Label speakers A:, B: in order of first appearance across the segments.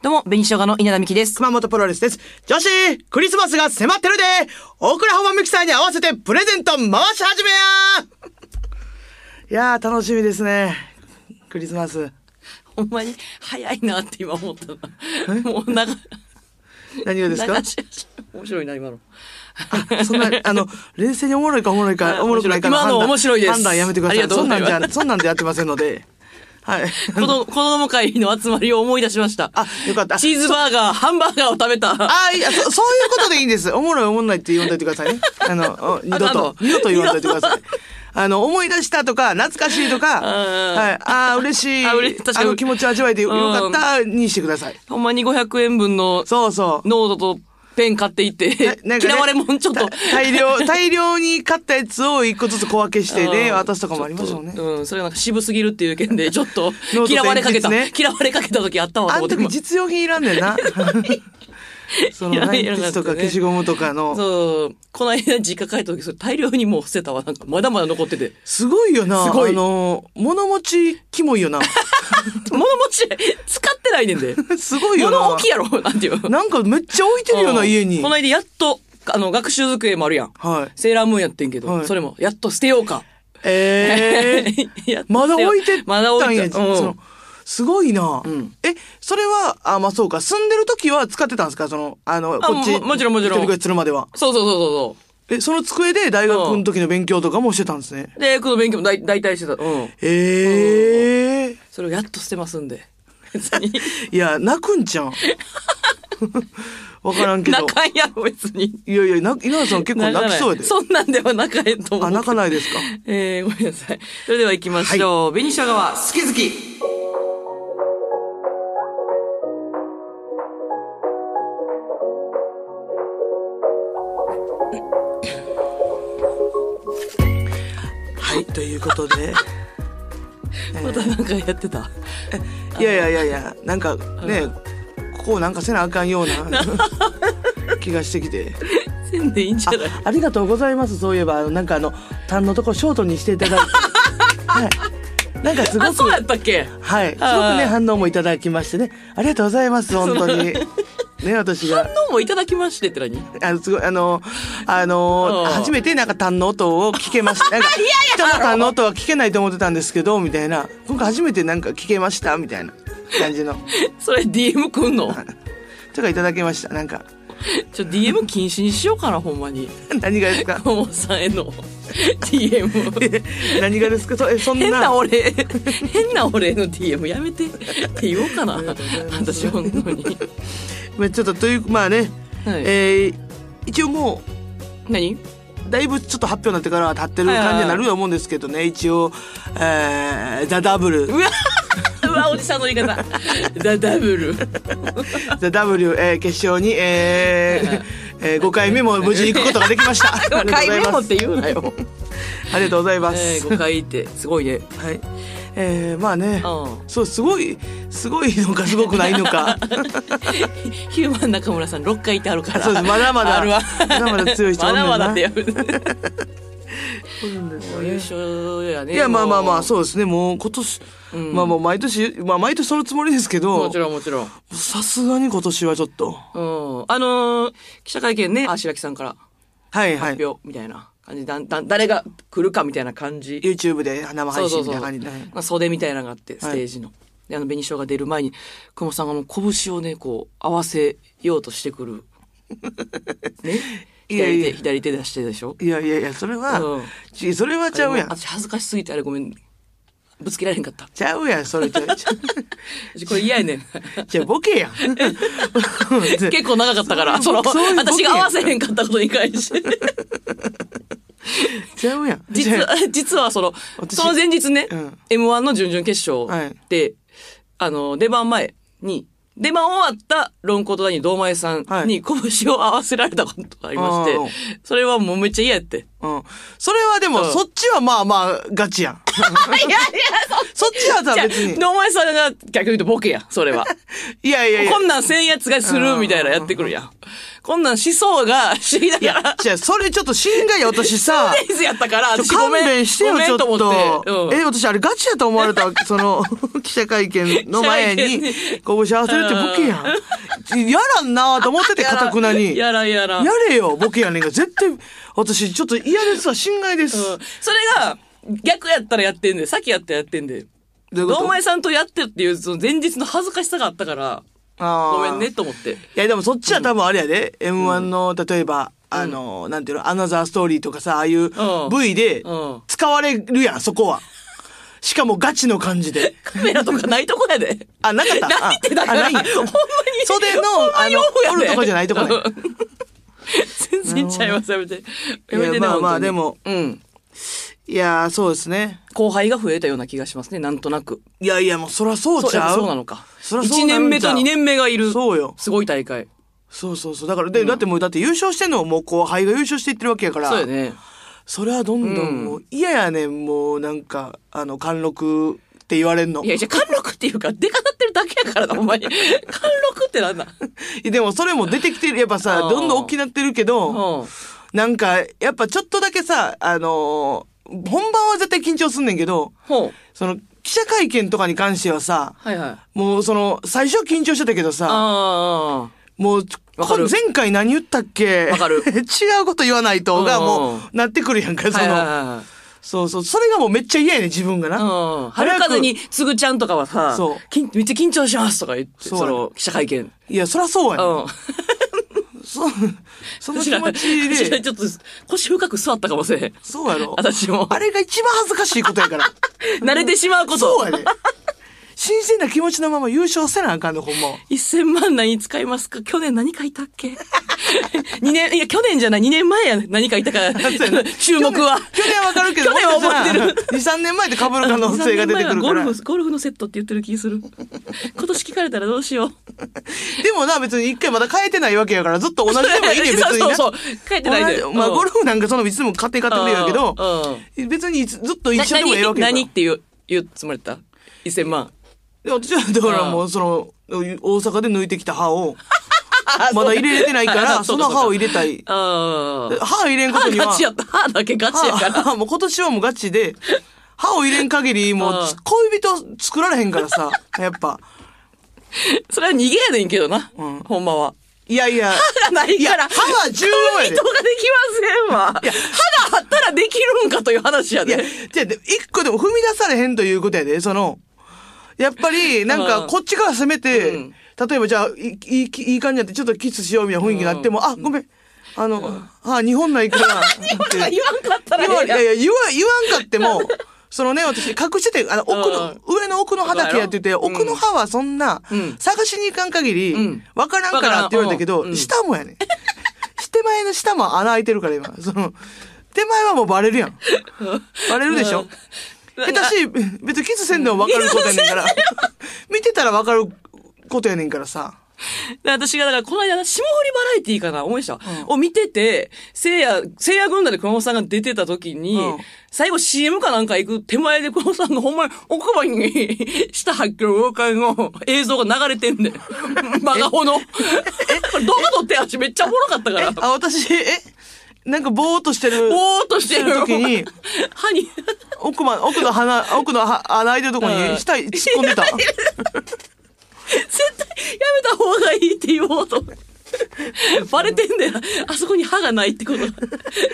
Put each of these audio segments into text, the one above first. A: どうも、紅生姜の稲田美希です。
B: 熊本プロレスです。女子、クリスマスが迫ってるでオクラホマミキサーに合わせてプレゼント回し始めやいやー、楽しみですね。クリスマス。
A: ほんまに早いなって今思ったな。もう長、
B: 何がですか
A: 流し面白いな、今の。
B: あそんな、あの、冷静におもろいかおもろいか、
A: あ
B: おもろくないかの判断
A: 今の面白いです
B: 判断やめてくださ
A: あ
B: い。
A: りがと
B: そう
A: ご
B: ん
A: ざ
B: ないん
A: ます
B: じゃ、そんなんでやってませんので。はい。
A: 子供子供会の集まりを思い出しました。
B: あよかった
A: チーズバーガー、ハンバーガーを食べた。
B: ああ、いや、そそういうことでいいんです。おもろいおもんないって言わんといてくださいね。あの、お二度
A: あかんの
B: と、二度と言わんといてください。あの、思い出したとか、懐かしいとか、
A: うん
B: はい、ああ、嬉しい。
A: あ嬉しい確か
B: あ
A: に
B: の気持ち味わえてよよかったにしてください。
A: ほんまに500円分の
B: そうそう。
A: ノートとペン買っていって、
B: なんかね
A: 嫌われもんちょっと
B: た。大量、大量に買ったやつを一個ずつ小分けして ね、渡すとかもありますもんね
A: ちょ。っとうん、それがなんか渋すぎるっていう件 で、ちょっと
B: ノート、
A: 嫌われかけた、
B: 前日ね
A: 嫌われかけた時あったわと
B: あ
A: 思っ
B: の
A: て。
B: 時
A: 今
B: 実用品いらんねん な。その、
A: いらん
B: 鉛筆とか消しゴムとかの。
A: そう、この間実家帰った時、それ大量にもう捨てたわ。なんか、まだまだ残ってて。
B: すごいよな。
A: すごい
B: あの、物持ち、キモ いよな。
A: 物持ち、使ってないねんで。
B: すごいよな。
A: 物置きやろなんていう。
B: なんかめっちゃ置いてるような家に。
A: この間やっと、あの、学習机もあるやん。
B: はい。
A: セーラームーンやってんけど、
B: はい
A: それも、やっと捨てようか。
B: え え
A: やっと
B: まだ
A: 捨てよう
B: 置いてったんや。
A: まだ置いてた
B: そ
A: うん
B: のすごいな、
A: ん
B: え、それは、あ、まあそうか。住んでる時は使ってたんですかその、あの、こっち。
A: ももちろんもちろん
B: 一人暮らしするまでは。
A: そうそうそうそうそ
B: え、その机で大学の時の勉強とかもしてたんですね。
A: う。で、この勉強も大大体してた。うん。
B: ええ
A: それをやっと捨てますんで。別に。
B: いや、泣くんちゃん。わからんけど
A: 泣。かんやろ、別に。
B: いやいや、泣稲田さん結構泣きそうやで。
A: そんなんでは泣かへんと思う。
B: あ、泣かないですか。
A: えー、ごめんなさい。それでは行きましょう。紅しょが
B: 好き好き。はい、ということ で。
A: またなんかやってた。
B: いやいやいやいや、なんかね、ここをなんかせなあかんような 気がしてきて。
A: せんでいいんじゃない
B: あありがとうございます。そういえば、あのなんかあの、単のとこショートにしてい ただいて。はい。なんかすご
A: あ、
B: く
A: そうやったっけ
B: はい。すごく
A: あ
B: ね、
A: ー
B: 反応もいただきましてね。ありがとうございます、本当に。ね、私が。
A: どうもいただきましてって何
B: あの、すごい、あの、あの
A: うん
B: 初めてなんか単の音を聞け ました。なんか、人の単の音は聞けないと思ってたんですけど、みたいな。今回初めてなんか聞けました、みたいな感じの。
A: それ DM くんの
B: とかいただきました。なんか、
A: ちょ、DM 禁止にしようかな、ほんまに。
B: 何がですか
A: ももさんへの DM。
B: 何がですかそえ、そんな。
A: 変な俺、変な俺への DM やめてって言おうかな。私、本当に。
B: まあちょっと、という、まあね、
A: はい
B: えー一応もう、
A: 何
B: だいぶちょっと発表になってからは経ってる感じになると思うんですけどね、一応、えー、ザ・ダブル。
A: うわ、うわ、おじさんの言い方。ダダブル。
B: ザ・ W、えー決勝に、え
A: はい
B: ー
A: はい
B: え5回目も無事行くことができました。 あり
A: 5
B: がとう
A: 回
B: ござい
A: 目も
B: ま
A: っ
B: す。
A: て言うなよ。
B: ありがとうございま
A: え
B: す。
A: ー、5回って、すごいね。
B: はい。えーまあね、
A: うん
B: そう、すごい、すごいのか、すごくないの か。
A: ヒューマン中村さん6回ってあるから。
B: そうですまだまだ
A: あるわ
B: まだまだ強い人おん
A: ま
B: ねん
A: だ
B: な
A: まだってやる。優
B: い
A: 勝やね。
B: や、まあまあまあ、
A: う。
B: そうですね、もう今年、
A: ん
B: まあもう毎年、まあ毎年そのつもりですけ
A: も
B: ど
A: ち、ろんもちろん。うん。
B: さすがに今年はちょっと。
A: あのー、記者会見ね、あ、白木さんから
B: はいはい。
A: 発表みたいな感じ、だんだん、誰が来るかみたいな感じ。
B: YouTube で生
A: そ
B: 配
A: うそう
B: 信
A: そ。
B: みたいうな感じで。
A: まあ、袖みたいなのがあって、ステージの。で、あの、紅生が出る前に、久保さんがもう拳をね、こう、合わせようとしてく る。ね。
B: いやい
A: 左
B: や
A: 手、左手出してでしょ。
B: いやいやいや、それ
A: うん
B: は、ちそれはちゃうやん。
A: 私恥ずかしすぎてあれごめん。ぶつけられへんかった。
B: ちゃうやん、それちゃう。ちゃ う
A: 私これ嫌や ねん。
B: じゃあボケ やん。
A: 結構長かったから、その、
B: そういうボケ
A: 私が合わせへんかったことに関して。
B: ちゃうやん。
A: 実
B: じゃ
A: は、 実はその、
B: 私
A: その前日ね、
B: うん
A: M1 の準々決
B: は
A: 勝
B: い
A: で、あの、出番前に、出番終わったロンコートダニ堂前さんに拳を合わせられたことがありまして、
B: はい
A: それはもうめっちゃ嫌やって。
B: あうん。それはでも、
A: うん
B: そっちはまあま あ、ガチやん。
A: いや いや、
B: そっち はさ、別に。
A: 堂前さんが逆に言うとボケや、それは。
B: いやいやいや
A: こ。んなんせんやつがするみたいなやってくるやん。こんなんしそうが不思議だ
B: い
A: か
B: や
A: ら、
B: じゃあ、それちょっと心外や、私さ。
A: テニスやったから、
B: ちょ
A: 私ご
B: 勘
A: めん
B: 弁してよ、
A: ごめ
B: ちょ
A: ん
B: っと。
A: 思って。うん
B: え、私、あれガチやと思われた わけ。その、記者会見の前に、拳合わせるってボケやん。やらんなと思ってて、かたくなに。や
A: やらんやらん。
B: れよ、ボケやねんが。絶対、私、ちょっと嫌ですわ、心外です。
A: うんそれが、逆やったらやってんで、先やったらやってんで。
B: どういうこと
A: 堂前さんとやってるっていう、その前日の恥ずかしさがあったから、
B: あー
A: ごめんね。と思って。
B: いや、でもそっちは多分あれやで。M1 の、例えば、あの、なんていうの、アナザーストーリーとかさ、ああいう
A: うん
B: V で
A: うん、
B: 使われるやん、そこは。しかもガチの感じで。
A: カメラとかないとこやで。
B: あ、な かった。あ
A: ないってだから、ほ
B: あ
A: んま
B: ない
A: に
B: んや。袖の、あの、おるとこじゃないとこね。
A: うん全然ちゃいます、やめて。やめて
B: いや
A: ね、
B: まあまあ
A: 本当に
B: でも
A: うん。
B: いやー、そうですね。
A: 後輩が増えたような気がしますね、なんとなく。
B: いやいや、もうそらそう
A: そう
B: ち
A: やっ
B: ゃ
A: ぱ
B: う。
A: そうなのか。
B: そらそう
A: 1
B: なる
A: 年
B: ん
A: 目
B: ちゃ
A: と
B: う
A: 2年目がいる。
B: そうよ
A: すごい大会。
B: そうそうそう。だから、で、だってもう、だって優勝してんのはもう後輩が優勝していってるわけやから。
A: そうやね。
B: それはどんど
A: うん
B: んもう、嫌やねん、もうなんか、あの、貫禄って言われんの。
A: いや、じゃ貫禄っていうか、出方ってるだけやからな、ほんま に。貫禄ってなんだ。
B: でもそれも出てきてる、やっぱさ、
A: うん
B: どんどん大きなってるけど、
A: うん。
B: なんか、やっぱちょっとだけさ、あのー本番は絶対緊張すんねんけど、
A: ほう。
B: その、記者会見とかに関してはさ、
A: はいはい。あ
B: もうその、最初は緊張してたけどさ、
A: あ
B: もう、
A: わかる
B: こ前回何言ったっけ
A: わ かる
B: 違うこと言わないとが、
A: うん
B: もう、なってくるやんか、
A: ー。
B: そ
A: はいはい
B: の。
A: はい。
B: そうそう、それがもうめっちゃ嫌やねん、自分がな。
A: うん。春風に、つぐちゃんとかはさ、
B: そう
A: きんめっちゃ緊張しますとか言って、
B: そ
A: そうの、記者会見。うん。
B: いや、そらそうやねん。そ、その
A: 私
B: 気
A: ら
B: 持ち
A: 私ら
B: で、
A: ちょっと腰深く座ったかもしれん。
B: そうやろ。
A: 私も
B: あれが一番恥ずかしいことや から。
A: 慣れてしまうこと。
B: そうやね。新鮮な気持ちのまま優勝せなあかんねん、ほんまは。
A: 1000万何使いますか去年何書いたっけ 二年、いや、去年じゃない、2年前やね何書いた か、 注目は。
B: 去年はわかるけど、
A: 去年は覚えてる
B: もしかしたら2、3年前で被る可能性が 出てくるか
A: ゴル
B: ら。
A: フ、ゴルフのセットって言ってる気す る。今年聞かれたらどうしよう。
B: でもな、別に一回まだ変えてないわけやから、ずっと同じでもいいねん、別にな。
A: そう そうそう。書いてないで。
B: 同じまあ、
A: うん
B: ゴルフなんかそのいつも勝手に勝手でやけど、
A: うんうん
B: 別にいつずっと一緒でもええわけ
A: な
B: やから
A: 何何って言う、言うつもりだった ?1000 万。
B: で私はだからもうその、大阪で抜いてきた歯を、まだ入れれてないか
A: あ
B: ら、
A: そ
B: そ
A: うか
B: の歯を入れたい。
A: ああ。
B: 歯入れんこと
A: 歯
B: には。
A: ガチやった。歯だけガチやから。
B: 歯もう今年はもうガチで、歯を入れん限り、もう
A: ああ
B: 恋人作られへんからさ、やっぱ。
A: それは逃げやねんけどな。
B: うん
A: ほんまは。
B: いやいや、
A: 歯がない
B: いや
A: か、ら。
B: 歯は重要や
A: 人
B: で
A: ができ。ませんわ。歯があったらできるんかという話や
B: いや、
A: で。
B: じゃあで一個でも踏み出されへんということやで、その、やっぱり、なん
A: う
B: か、
A: ん
B: こっちから攻めて、
A: うん
B: 例えばじゃあ、いいい、いい感じになって、ちょっとキスしようみたいな雰囲気になっても、あ、ごめん、あの、あ、日本ないから。 日
A: 今から言わんかったら
B: 言わ
A: え
B: い
A: えや
B: や
A: ん
B: いや言わ言わんかっても そのね私隠しててあの奥の、上の奥の歯だけやってて
A: そうやろ
B: 奥の歯はそんな、
A: うん
B: 探しに行かん限り、
A: うん
B: わからんからって言われたけど、
A: わからんうん
B: 下もや ね手前の下も穴開いてるから今その手前はもうバレるやんバレるでし
A: う
B: ょ、
A: ん
B: 下手し別にキスせんでも分かることやねん から見てたら分かることやねんからさ
A: で私が、だから、この間、霜降りバラエティーかな、思いました。を見てて、聖夜、聖夜軍団で熊本さんが出てた時に、
B: うん
A: 最後 CM かなんか行く手前で熊本さんがほんまに奥歯に 下発狂動会の映像が流れてん ねん。バカほの。これ動画撮ってやし、めっちゃおもろかったか
B: え
A: ら。
B: あ私えなんかぼーっとしてる
A: ぼーっとしてる
B: 時に。
A: 歯に。
B: 奥ま奥の鼻奥のは穴開いてるとこ
A: う
B: に
A: ん
B: 下突っ込んでた
A: 絶対やめた方がいいって言おうと思って。バレてんだよ。あそこに歯がないってことが。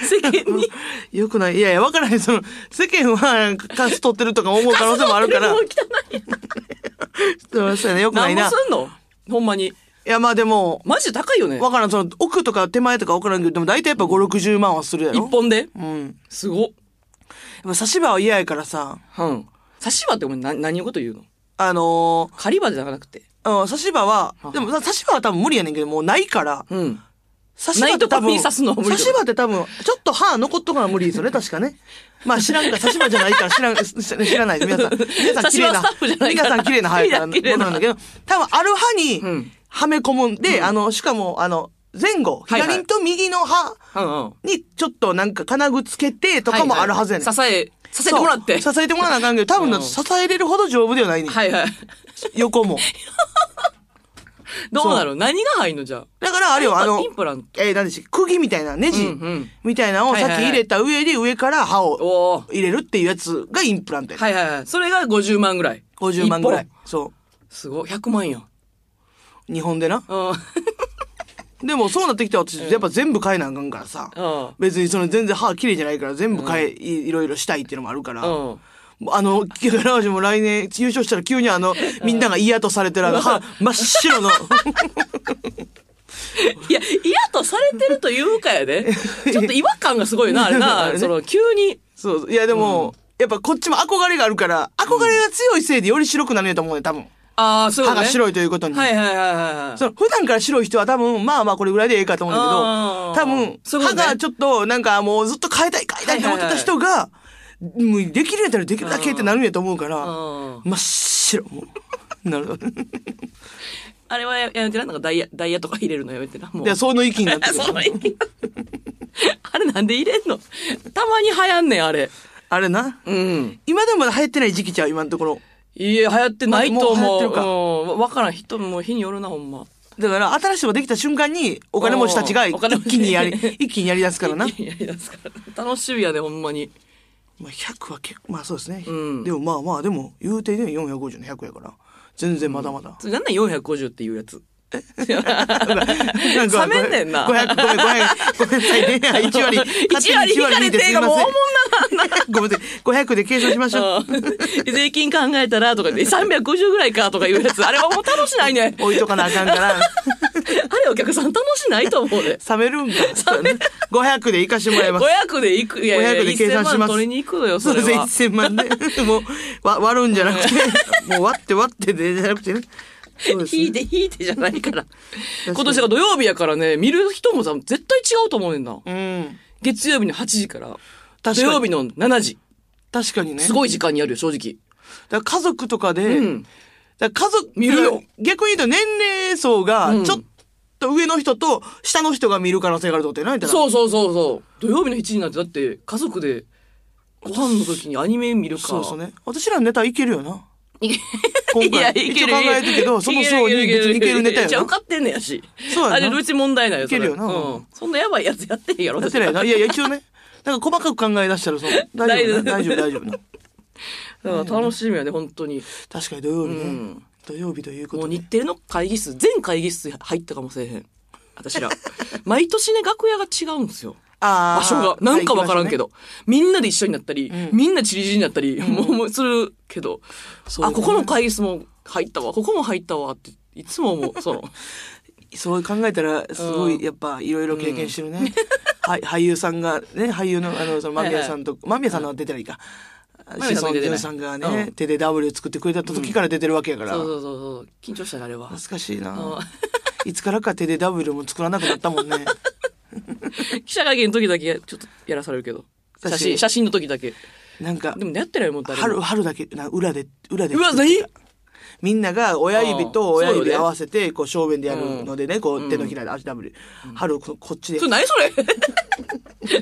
A: 世間に。
B: よくないいやいや、わからへん。その、世間は、なんかカス取ってるとか思う可能性もある から
A: もう。汚い。
B: そうですよね。よく な
A: 何
B: い
A: も
B: な。い
A: すんのほんまに。
B: や、まあでも、
A: マジで高いよね。
B: わからん。その、奥とか手前とかわからんけど、でも大体やっぱ5、60万はするや
A: 一
B: ろ。
A: 本で。
B: うん。
A: すごっ。
B: やっぱ差し歯は嫌やからさ、
A: うん。刺し歯ってお前な何のこと言うの
B: あの
A: 狩り歯じゃなくて。
B: ー、うん、差し歯は
A: は、
B: でも差し歯は多分無理やねんけど、もうないから、
A: うん。
B: 差し歯って多
A: ない
B: 分、
A: とこに刺すのは無理
B: 差し歯って多分、ちょっと歯残っとかな無理ですよね、確かね。まあ知らんから、差し歯じゃないから知らん、 知らないです。皆 さん、皆さん綺麗
A: 差し歯
B: な
A: スタッフじゃ、 ないか
B: 皆
A: ら
B: さん綺麗な歯やから、
A: 綺麗な
B: なんだけど、多分ある歯
A: うん
B: に、はめ込むんで、あの、しかも、あの、前後、
A: はいはい
B: 左と右の歯
A: うんうん。
B: にちょっとなんか金具つけてとかもあるはずやねん。
A: 支え、支えてもらって。
B: そう支えてもらわなあかんけど、多分な
A: うん
B: 支えれるほど丈夫ではないねん。
A: はいはい。
B: 横も。
A: どうなる何が入んのじゃあ。
B: だからあれよ、あの
A: イン、プラント。
B: えー、何でしたっけ釘みたいな、ネ
A: う
B: ジ
A: んうん
B: みたいなのをさっき入れた上で上から歯を
A: おー
B: 入れるっていうやつがインプラントや。
A: はいはいはい。それが50万ぐらい。
B: 50万ぐらい
A: 一。
B: そ
A: 本。すごい。100万やん。
B: う。日本でな。
A: うん。
B: でもそうなってきたら私、やっぱ全部変えなあかんからさ。
A: うん
B: 別にその全然歯綺麗じゃないから全部変え、いいろいろしたいっていうのもあるから。
A: うん。
B: あの、木原氏も来年優勝したら急にあの、みんなが嫌とされてるあの、歯真っ白 の。
A: いや、嫌とされてるというかや で。ちょっと違和感がすごいな、あれ
B: あれね
A: な。その、急に。
B: そうそう。いやでも、やっぱこっちも憧れがあるから、憧れが強いせいでより白くなるんやと思うね、多分。
A: ああ、そういう
B: 歯
A: こと
B: が
A: ね。
B: 白いということに。
A: はいはいはいはいはい。
B: その普段から白い人は多分、まあまあこれぐらいでええかと思うんだけど
A: あ、ー
B: 多分、
A: そういうこと
B: 歯
A: ね
B: がちょっとなんかもうずっと変えたい変えたいって思ってた人が、もうできるんやったらできるだけってなるんやと思うから、
A: うん
B: 真っ白。もうな るほど。
A: あれはやめてな。なんかダイヤ、ダイヤとか入れるのやめてな。もう。。
B: いや、その域になってる
A: その意味あれなんで入れんの たまに流行んねん、あれ。
B: あれな。
A: うん。
B: 今でもまだ流行ってない時期ちゃう、今のところ。
A: いや、流行ってないと
B: も
A: 思
B: う
A: う。
B: 流行ってるか
A: うん。わからん。人も日によるな、ほんま。
B: だから、新しいのができた瞬間に、お金持ちたちが
A: おー
B: 一
A: お金持ち
B: 気にやり、一気にやり出すから な。
A: いやいや、だから楽しみやで、ほんまに。
B: まあ、100は結構、まあそうですね。
A: うん
B: でもまあまあ、でも、言うてね、450の100やから。全然まだまだ。
A: それなんなん450っていうやつ。
B: なんか
A: 冷めんねんな
B: 500、ごめん、ごめん、ごめんなさい ね。1割、
A: 1割引かれてんがもうおもんな
B: ごめんなさい。500で計算しましょう。
A: うん 税金考えたらとかで350ぐらいかとかいうやつあれはもう楽しないね
B: 置いとかなあかんから。
A: あれお客さん楽しないと思うで
B: 冷めるんか。500で行かしてもらいます。
A: 500で行くいやいや
B: 500で計算します
A: 1000万取りに行くのよ
B: そ
A: それ
B: うです
A: は
B: 1000 万で。もう、わ割るんじゃなくて、もう割って割ってで、じゃなくてね。そうですね
A: 引いて引いてじゃないから
B: に
A: 今年が土曜日やからね見る人もさ絶対違うと思うねんな
B: うん。
A: 月曜日の8時から
B: かに
A: 土曜日の7時
B: 確かにね。
A: すごい時間にあるよ正直
B: だから家族とかで、
A: うん
B: だから家族、
A: 見るよ
B: 逆に言うと年齢層が
A: う、ん
B: ちょっと上の人と下の人が見る可能性があるってことやな、みたいな。
A: そうそうそうそう土曜日の7時なんてだって家族でご飯の時にアニメ見るか
B: そうですね。私らのネタいけるよな。今
A: いや、
B: 回。
A: いけ
B: 一応
A: る。
B: 考えたけど、その層に別にいけるネタや
A: じゃ
B: な。
A: 受かってんねやし。
B: そうやな
A: あれ、別に問題ないよ。それ
B: いけるよな
A: うん。そんなやばいやつやってへんやろ。
B: やってないな。いやいや、一応ね。なんか細かく考え出したら、そう。大丈夫な。大
A: 大
B: 丈
A: 丈
B: 夫、
A: 夫
B: 大丈夫 な。
A: うん楽しみやね、本当に。
B: 確かに土曜日
A: う
B: ね
A: ん。
B: 土曜日というこ
A: も
B: と
A: う
B: で。
A: 日テレの会議室、全会議室入ったかもしれへん。私 ら。毎年ね、楽屋が違うんですよ。
B: あー
A: 場所が。なんかわからんけ。ど。みんなで一緒になったり、みんな散り散りになったり、もうもうするけど。
B: うだ
A: あ、
B: ね
A: ここの会議室も入ったわ、ここも入ったわって、いつも思 う。その。
B: そう考えたら、すごい、やっぱ、いろいろ経験してるね。 はい、俳優さんが、ね、俳優の、あの、その、間宮さんと、間宮さんのは出てないか。
A: 間
B: 志
A: 宮さん
B: 尊
A: 出てな
B: 淳
A: い
B: さんが
A: う
B: ね、手で W 作ってくれた時から出てるわけやから。
A: そう
B: 懐
A: そうそうそう。緊張したね、あれは。
B: かしいな
A: あ。
B: いつからか手で W も作らなくなったも んね。
A: 記者会見の時だけちょっとやらされるけど。
B: 確か
A: 写
B: に
A: 真、写真の時だけ。
B: なんか
A: で、もやってないもん、誰
B: 春、
A: も。
B: 春だけ、な裏で、裏で。
A: うわ、何
B: みんなが親指と親
A: うんそう
B: 指
A: よね
B: 合わせて、こう正面でやるのでね、こう手のひらで、足 W。春、ここっちで
A: それ、 何それ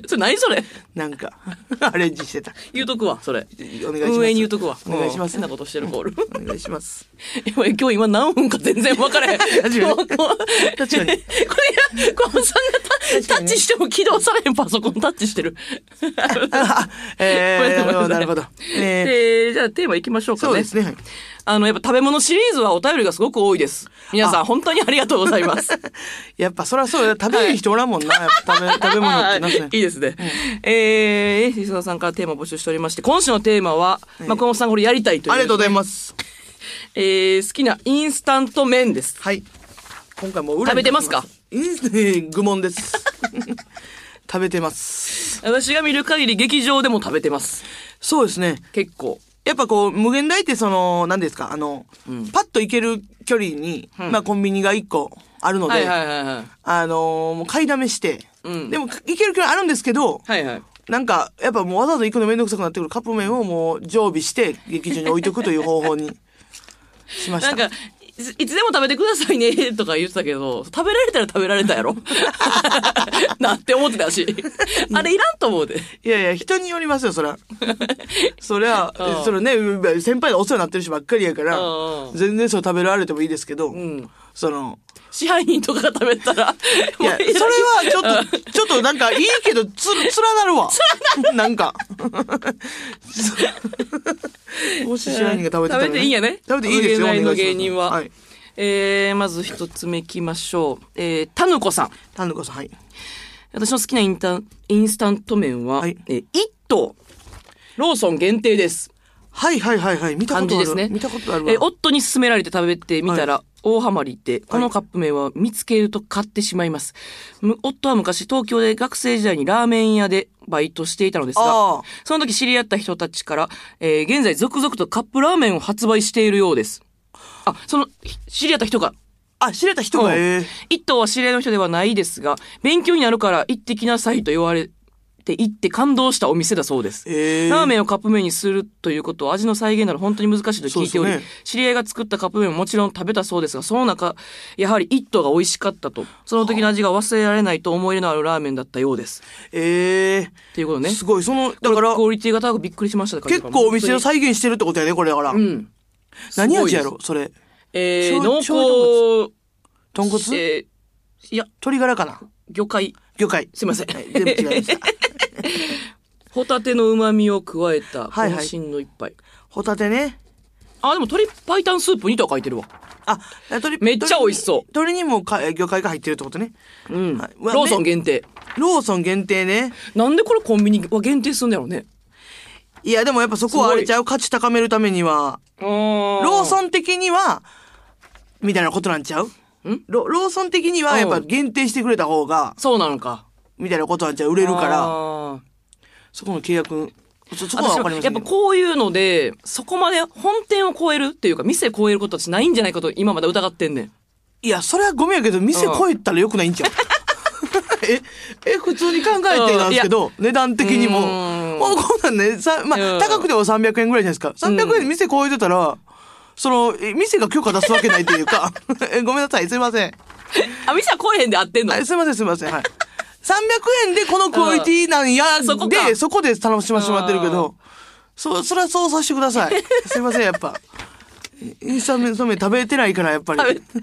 A: それ何それ
B: なんか、 アレンジしてた。
A: 言うとくわ、それ。
B: お願いします。
A: 運営に言うとくわ。
B: お願いします
A: 変なことしてる ボール。
B: お願いします。
A: 今今日今何分か全然分 からへん。
B: かに
A: もうこう
B: 確かに
A: これが、このさんがタタッチしても起動されへんパソコンタッチしてる。
B: あ え
A: ごめんなさいご
B: ー、
A: めんなさ
B: ないるほど。えー、
A: えーじゃあテーマいきましょうかね。
B: そうですね。はい
A: あの、やっぱ食べ物シリーズはお便りがすごく多いです。皆さん本当にありがとうござい ます。
B: やっぱそりゃそうだ。食べる人おらんもんな。やっぱ食べ、食べ物ってな
A: はいいいですね。えー、リスナーさんからテーマを募集しておりまして、今週のテーマは、まあ、小本さんこれやりたいという。
B: ありがとうございます。
A: えー、好きなインスタント麺です。
B: はい。今回もう裏
A: 食べてますか
B: に書きますインスタ愚問です。 食べてます。
A: 私が見る限り劇場でも食べてます。
B: そうですね。
A: 結構。
B: やっぱこう、無限大ってその、何ですか、あの、パッと行ける距離に、まあコンビニが1個あるので、
A: はいはいはいはい。
B: あのーもう買いだめして、
A: うん
B: でも行ける距離あるんですけど、
A: はいはい。
B: なんか、やっぱもうわざわざ行くのめんどくさくなってくるカップ麺をもう常備して劇場に置いとくという方法にしまし
A: な
B: た。
A: んか、いついつでも食べてくださいね、 とか言ってたけど、食べられたら食べられたや ろなって思ってたし。あれいらんと思うで。
B: いやいや、人によりますよ、そら。そりゃ
A: う、ん
B: それね、先輩がお世話になってる人ばっかりやから
A: うん、
B: 全然そう食べられてもいいですけど、
A: ん
B: その、
A: 支配人とかが食べたら、
B: いや、それはちょっと、ちょっとなんかいい けど、つ、連なるわ。なんか。もし支配人が食べてたらね
A: 食べていいんやね。
B: 食べていいですよ、
A: 売れないの
B: お願いします
A: 芸人は。
B: はい。
A: えー、まず一つ目いきましょう。えー、たぬこさん。
B: 丹野子さん、はい。
A: 私の好きなインタインスタント麺は、
B: はい
A: えー、一頭。ローソン限定です。
B: はいはいはいはい。見たこ
A: 感じ
B: とあ
A: で
B: る。
A: すね。
B: 見たことあるわ。
A: えー、夫に勧められて食べてみたら、大ハマりで、こ
B: は
A: の
B: い
A: カップ麺は見つけると買ってしまいます。む夫は昔東京で学生時代にラーメン屋でバイトしていたのです
B: あ
A: が
B: あ、
A: その時知り合った人たちから、えー現在続々とカップラーメンを発売しているようです。あ、その、ひ知り合った人が
B: あ、知れた人が、
A: うん
B: えー
A: 一頭は知り合いの人ではないですが、勉強になるから行ってきなさいと言われて行って感動したお店だそうです。
B: えー
A: ラーメンをカップ麺にするということは味の再現なら本当に難しいと聞いており、
B: そうですね
A: 知り合いが作ったカップ麺ももちろん食べたそうですが、その中、やはり一頭が美味しかったと、その時の味が忘れられないと思い入れのあるラーメンだったようです。
B: え
A: っていうこと
B: ー
A: ね。
B: すごい、その、だ
A: こ
B: か
A: れ
B: ら
A: ク、オリティが高くびっくりしましたって書い
B: 結
A: てある
B: 構お店を再現してるってことやね、これだから。
A: うん。
B: 何味や
A: すごい
B: ろそれ。
A: えー、
B: 醤
A: 濃
B: 醤油
A: 厚、
B: 豚骨
A: えーいや、
B: 鶏ガラかな
A: 魚介、
B: 魚介。
A: すいません
B: はい全部違いま した。
A: ホタテの旨味を加えた、
B: はいはい
A: 渾身の一杯。
B: ホタテね。
A: あ、でも鶏白湯スープにとは書いてるわ。
B: あ、鶏
A: めっちゃ美味しそう
B: 鶏にもかえ魚介が入ってるってことね。
A: うん。
B: はいうわ
A: ローソン
B: ね
A: 限定。
B: ローソン限定ね。
A: なんでこれコンビニは限定すんだろうね。
B: いや、でもやっぱそこはあれちゃう価値高めるためには、ローソ
A: ン
B: ン的には、みたいなことなんちゃうロローソン的にはやっぱ
A: うん
B: 限定してくれた方が、
A: そうなのか。
B: みたいなことなんちゃう売れるから、
A: ら。
B: そこの契約、そそこは
A: 私
B: わか
A: は
B: りま
A: や
B: せ
A: っ
B: ん
A: ぱ
B: けど
A: こういうので、そこまで本店を超えるっていうか、店超えることは私ないんじゃないかと今まで疑ってんねん。
B: いや、それはゴミやけど、店
A: うん
B: 超えたらよくないんちゃうえ、え、普通に考えてなんですけど、値段的にも。
A: うーん
B: もうこんなんね、さま
A: う
B: あ、
A: ん
B: 高くても300円ぐらいじゃないですか。300円で店超えてたら、その、え店が許可出すわけないとい うか、えごめんなさい、すいません。
A: あ、店は超えへんで合ってんの
B: はい、すいません、すいません。はい。300円でこのクオリティなんや、
A: んそこか
B: で、そこで楽しませてもらってるけど、そ、それはそうさせてください。すいません、や っぱ。インスタント麺食べてないから、やっぱり。
A: 食べ、食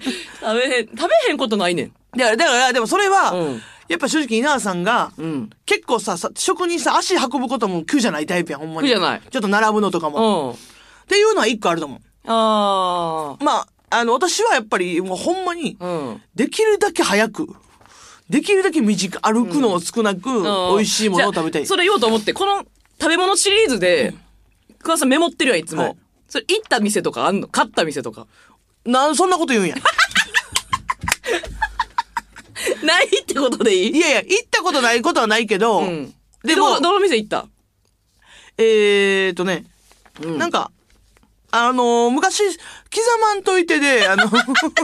A: べへん、食べへんことないねん。
B: だから、だから、でもそれは、
A: うん
B: やっぱ正直稲田さんが、
A: ん
B: 結構さ、さ食にさ、足運ぶことも苦じゃないタイプやん、ほんまに。
A: 苦じゃない
B: ちょっと並ぶのとか
A: う
B: も。
A: ん。
B: っていうのは一個あると思
A: あ
B: う。まあ、あの、私はやっぱり、もうほんまに、
A: あ。うん。
B: できるだけ早く、できるだけ短く、歩くのを少なく、
A: うん
B: 美味しいものを食べたい。
A: じゃあそれ言おうと思って、この食べ物シリーズで、桑田さんメモってるやん、いつも。
B: はい
A: それ行った店とかあんの買った店とか。
B: な、そんなこと言うんや。
A: ないってことでい
B: い
A: い
B: やいや、行ったことないことはないけど、
A: うん。
B: で
A: で
B: も
A: も、ど、どの店行った
B: えーとね、
A: うん
B: なんか、あのー昔、刻まんといてで、あ の、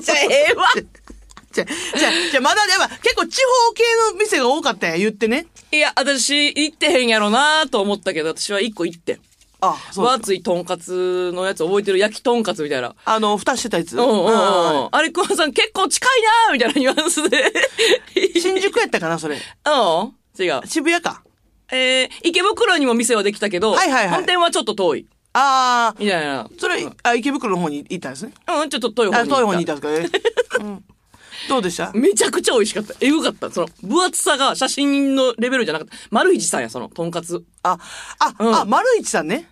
A: じゃあええわ。
B: じゃ、じゃ、じゃ、まだ、やっぱ結構地方系の店が多かったんや、言ってね。
A: いや、私、行ってへんやろなと思ったけど、私は一個行ってん。
B: あ、
A: 分
B: そう。
A: 厚いとんかつのやつ覚えてる焼きとんかつみたいな。
B: あの、蓋してたやつ。
A: うんうんうん
B: あ
A: うん。あれ、桑田さん結構近いなみたいなニュアンス で。
B: ー新宿やったかな、そ
A: う
B: れ。
A: ん。違う。
B: 渋谷か。
A: えー、池袋にも店はできたけど、
B: はいはいはい
A: 本店はちょっと遠い。
B: あ
A: みたいな。
B: ー、それ、あ、池袋の方に行ったんですね。
A: うん、ちょっと遠い方
B: あ、
A: に行った。
B: 遠い方に行ったんですかね。 うんどうでした
A: めちゃくちゃ美味しかった。えぐかった。その、分厚さが写真のレベルじゃなかった。丸一さんや、その、とんかつ。
B: あ、あ、
A: うん
B: あ、丸一さんね。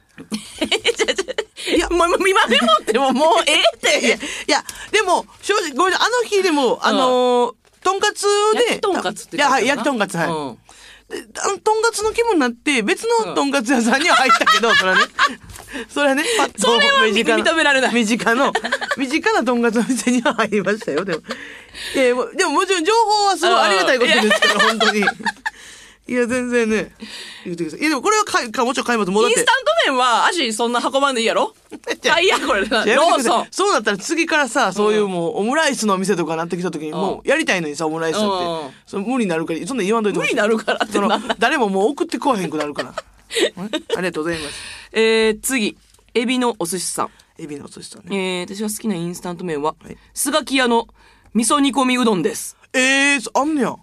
A: いや、もう、もう今メモってももう、ええっ
B: いや、
A: て
B: い。や、でも、正直、ごめんなさい、あの日でも、あのー、とんかつで、
A: 焼きとんかつって
B: いや、はい、焼きとんかつ、はい。
A: うん
B: であの、とんかつの気分になって、別のとんかつ屋さんには入った けど、それはね。それはね、パッと
A: それは
B: 身近な
A: 認められない
B: 身 近の、身近なとんかつの店には入りましたよ、でも。いや、もうでももちろん情報はすごいありがたいことですけど、本当に。いや、全然ね、言ってください。いや、でもこれはかい、かもちろん買います。もうだ
A: イン
B: って
A: スタント麺は、足そんな運ばんでいいや ろあ、いや、これ、ロ
B: やめて
A: ー
B: くださ
A: ソ
B: い
A: ン。
B: そうだったら次からさ、そういうもう、オムライスのお店とかなってきた時に、
A: ん
B: もう、やりたいのにさ、オムライスだ
A: うん
B: って。その無理になるから、そんなん言わんといて
A: 無
B: ほ
A: 理
B: しい
A: になるからって
B: その
A: なんだ。
B: 誰ももう送ってこへんくな るから。んありがとうございます。
A: えー、次。エビのお寿司さん。
B: エビのお寿司さんね。
A: えー、私が好きなインスタント麺は
B: はい、
A: スガキ屋の味噌煮込みうどんです。
B: えー、そあんねや。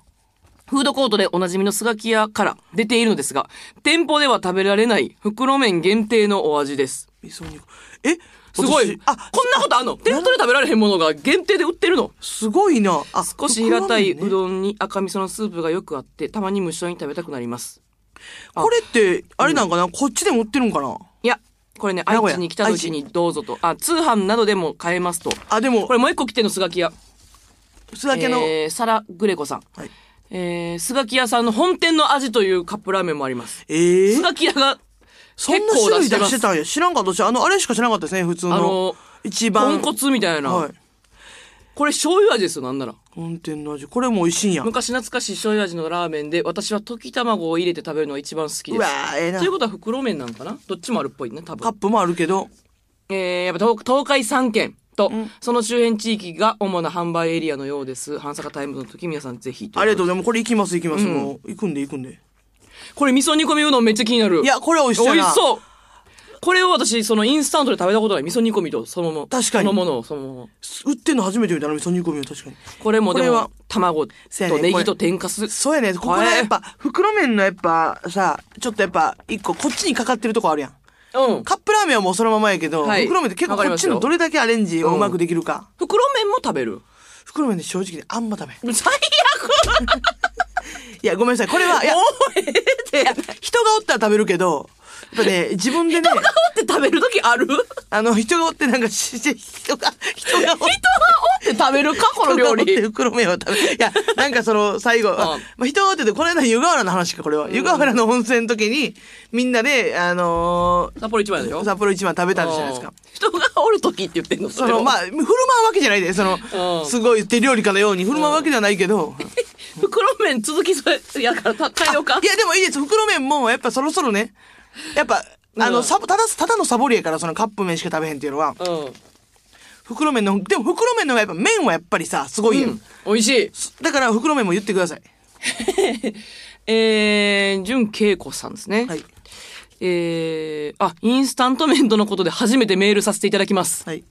A: フードコートでおなじみのスガキ屋から出ているのですが、店舗では食べられない袋麺限定のお味です。
B: 味噌煮。え、
A: すごい。
B: あ
A: あ、こんなことあんのテントで食べられへんものが限定で売ってるの。
B: すごいな。あ、
A: 少し平たいう
B: ん。
A: どんに赤味噌のスープがよくあって、たまに無性に食べたくなります。あ
B: これって、あれなんかな、こっちでも売ってるんかない
A: や、これね、
B: 名
A: 愛
B: 古屋
A: 知に来た時にどうぞと。あ、通販などでも買えますと。
B: あ、でも
A: こ、れもう一個来てんの、スガキ屋。
B: すだけの、
A: えー、サラ・グレコさん。
B: はい
A: えー、スガキ屋さんの本店の味というカップラーメンもあります。
B: えー
A: スガキ屋が、
B: そんな種類
A: 結
B: 出
A: 構出
B: し
A: してて
B: たんや。知らんかったし、あの、あれしか知らなかったですね、普通
A: あ
B: の
A: の。
B: 一番。
A: 豚骨みたいな。
B: はい。
A: これ醤油味ですよ、なんなら。
B: 本店の味。これも美味しいんや。
A: 昔懐かしい醤油味のラーメンで、私は溶き卵を入れて食べるのが一番好き
B: う
A: です
B: わ。ーええな
A: とい。うことは袋麺なんかなどっちもあるっぽいね、多
B: カッ
A: 分。
B: プもあるけど。
A: えー、やっぱ東東海3県と、その周辺地域が主な販売エリアのようです。半坂タイムズの時、皆さんぜひ。
B: ありがと
A: う。
B: うございます。これ行きます、行きます。もう、行くんで、行くんで。
A: これ味噌煮込みうどんめっちゃ気になる。
B: いや、これは美味しそうや
A: 美
B: な。
A: 味しそうこれを私、そのインスタントで食べたことない。味噌煮込みと、そのもの。
B: 確かに
A: そのものを、そのもの。
B: 売ってんの初めて見たな、味噌煮込みは確かに。
A: これも
B: こ
A: で
B: れは
A: も、卵と
B: せやね
A: ネ
B: これ
A: ギと天かす。
B: そうやね。ここら
A: えー
B: やっぱ、袋麺のやっぱ、さ、ちょっとやっぱ、一個こっちにかかってるとこあるやん。
A: うん。
B: カップラーメンはもうそのままやけど、
A: はい
B: 袋麺って結構こっちのどれだけアレンジをうまくできるか。
A: 袋麺も食べる。
B: 袋麺で正直であんまダメ。
A: 最悪
B: いや、ごめんなさい。これは、いや
A: も、うえ えって。
B: 人がおったら食べるけど、やっぱね、自分でね、
A: って食べるときある人が
B: あの、人がおってなんかし、し人が、人がおって。
A: おって食べるかこの
B: 人が
A: 料
B: おって
A: 理。
B: 袋麺を食べい や、なんかその、最後、あまあ、人がおってて、この間湯河原の話か、これは。湯河原の温泉の時に、みんなで、あの
A: 札幌一番でしょ
B: ー、札幌一番食べたんじゃないですか。
A: 人がおるときって言ってんの
B: その、ま
A: あ、
B: あ、振る舞うわけじゃないで、その、
A: うん
B: すごい手料理家のように振る舞うわけではないけど、
A: 袋麺続きそれ、やからた変えようか
B: い。や、でもいいです。袋麺も、やっぱそろそろね、やっぱ、あ
A: う
B: の、
A: ん
B: サボただ、ただのサボりやから、そのカップ麺しか食べへんっていうのは、
A: うん。
B: 袋麺の、でも袋麺の方がやっぱ麺はやっぱりさ、すごいやん
A: うん。美味しい。
B: だから袋麺も言ってください。
A: えー、純恵子さんですね。
B: はい。
A: えー、あ、インスタント麺とのことで初めてメールさせていただきます。
B: はい。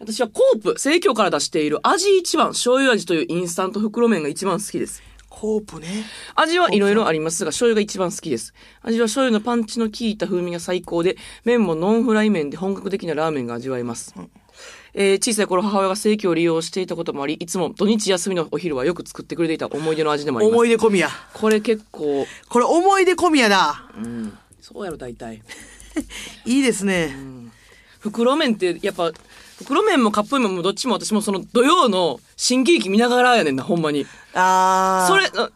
A: 私はコープ、生協から出している味一番、醤油味というインスタント袋麺が一番好きです。
B: コープね。
A: 味はいろいろありますが、醤油が一番好きです。味は醤油のパンチの効いた風味が最高で、麺もノンフライ麺で本格的なラーメンが味わえます。えー小さい頃母親が正規を利用していたこともあり、いつも土日休みのお昼はよく作ってくれていた思い出の味でもありま
B: 思
A: す。
B: い出込みや。
A: これ結構、
B: これ思い出込みやな。
A: そうやろ大体。
B: いいですね。
A: 袋麺ってやっぱ、袋麺もカップ麺もどっちも私もその土曜の新喜劇見ながらやねんな、ほんまに。
B: あー。
A: それ、あ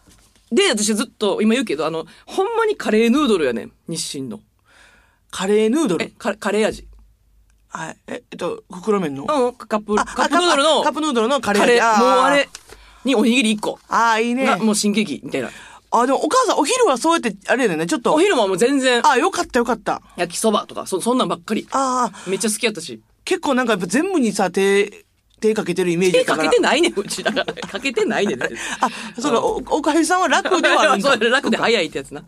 A: で、私ずっと今言うけど、あの、ほんまにカレーヌードルやねん、日清の。
B: カレーヌード
A: え、
B: ル。
A: カカレー味。
B: はい。ええっと、袋麺
A: う
B: の。
A: ん、カップ、
B: あ
A: カップヌードル
B: あ
A: の
B: カップヌードルのカ
A: カ
B: レ
A: レ
B: ー
A: ー、
B: 味ー
A: もうあれにおにぎり1個
B: あー、いいね
A: が。もう新喜劇みたいな。
B: あ、でもお母さん、お昼はそうやって、あれやねんね、ちょっと
A: お。昼ももう全然
B: あ、よかったよかった。
A: 焼きそばとか、そそんなんばっかり。
B: ああ、
A: めっちゃ好きやったし。
B: 結構なんかやっぱ全部にさ、手、手かけてるイメージ
A: 手
B: だか。
A: からけてないねん、うちだから。かけてないねん。あ、
B: あ、そうか、お、おかゆさんは楽ではある ん
A: そ
B: だ
A: う。楽で早いってやつな。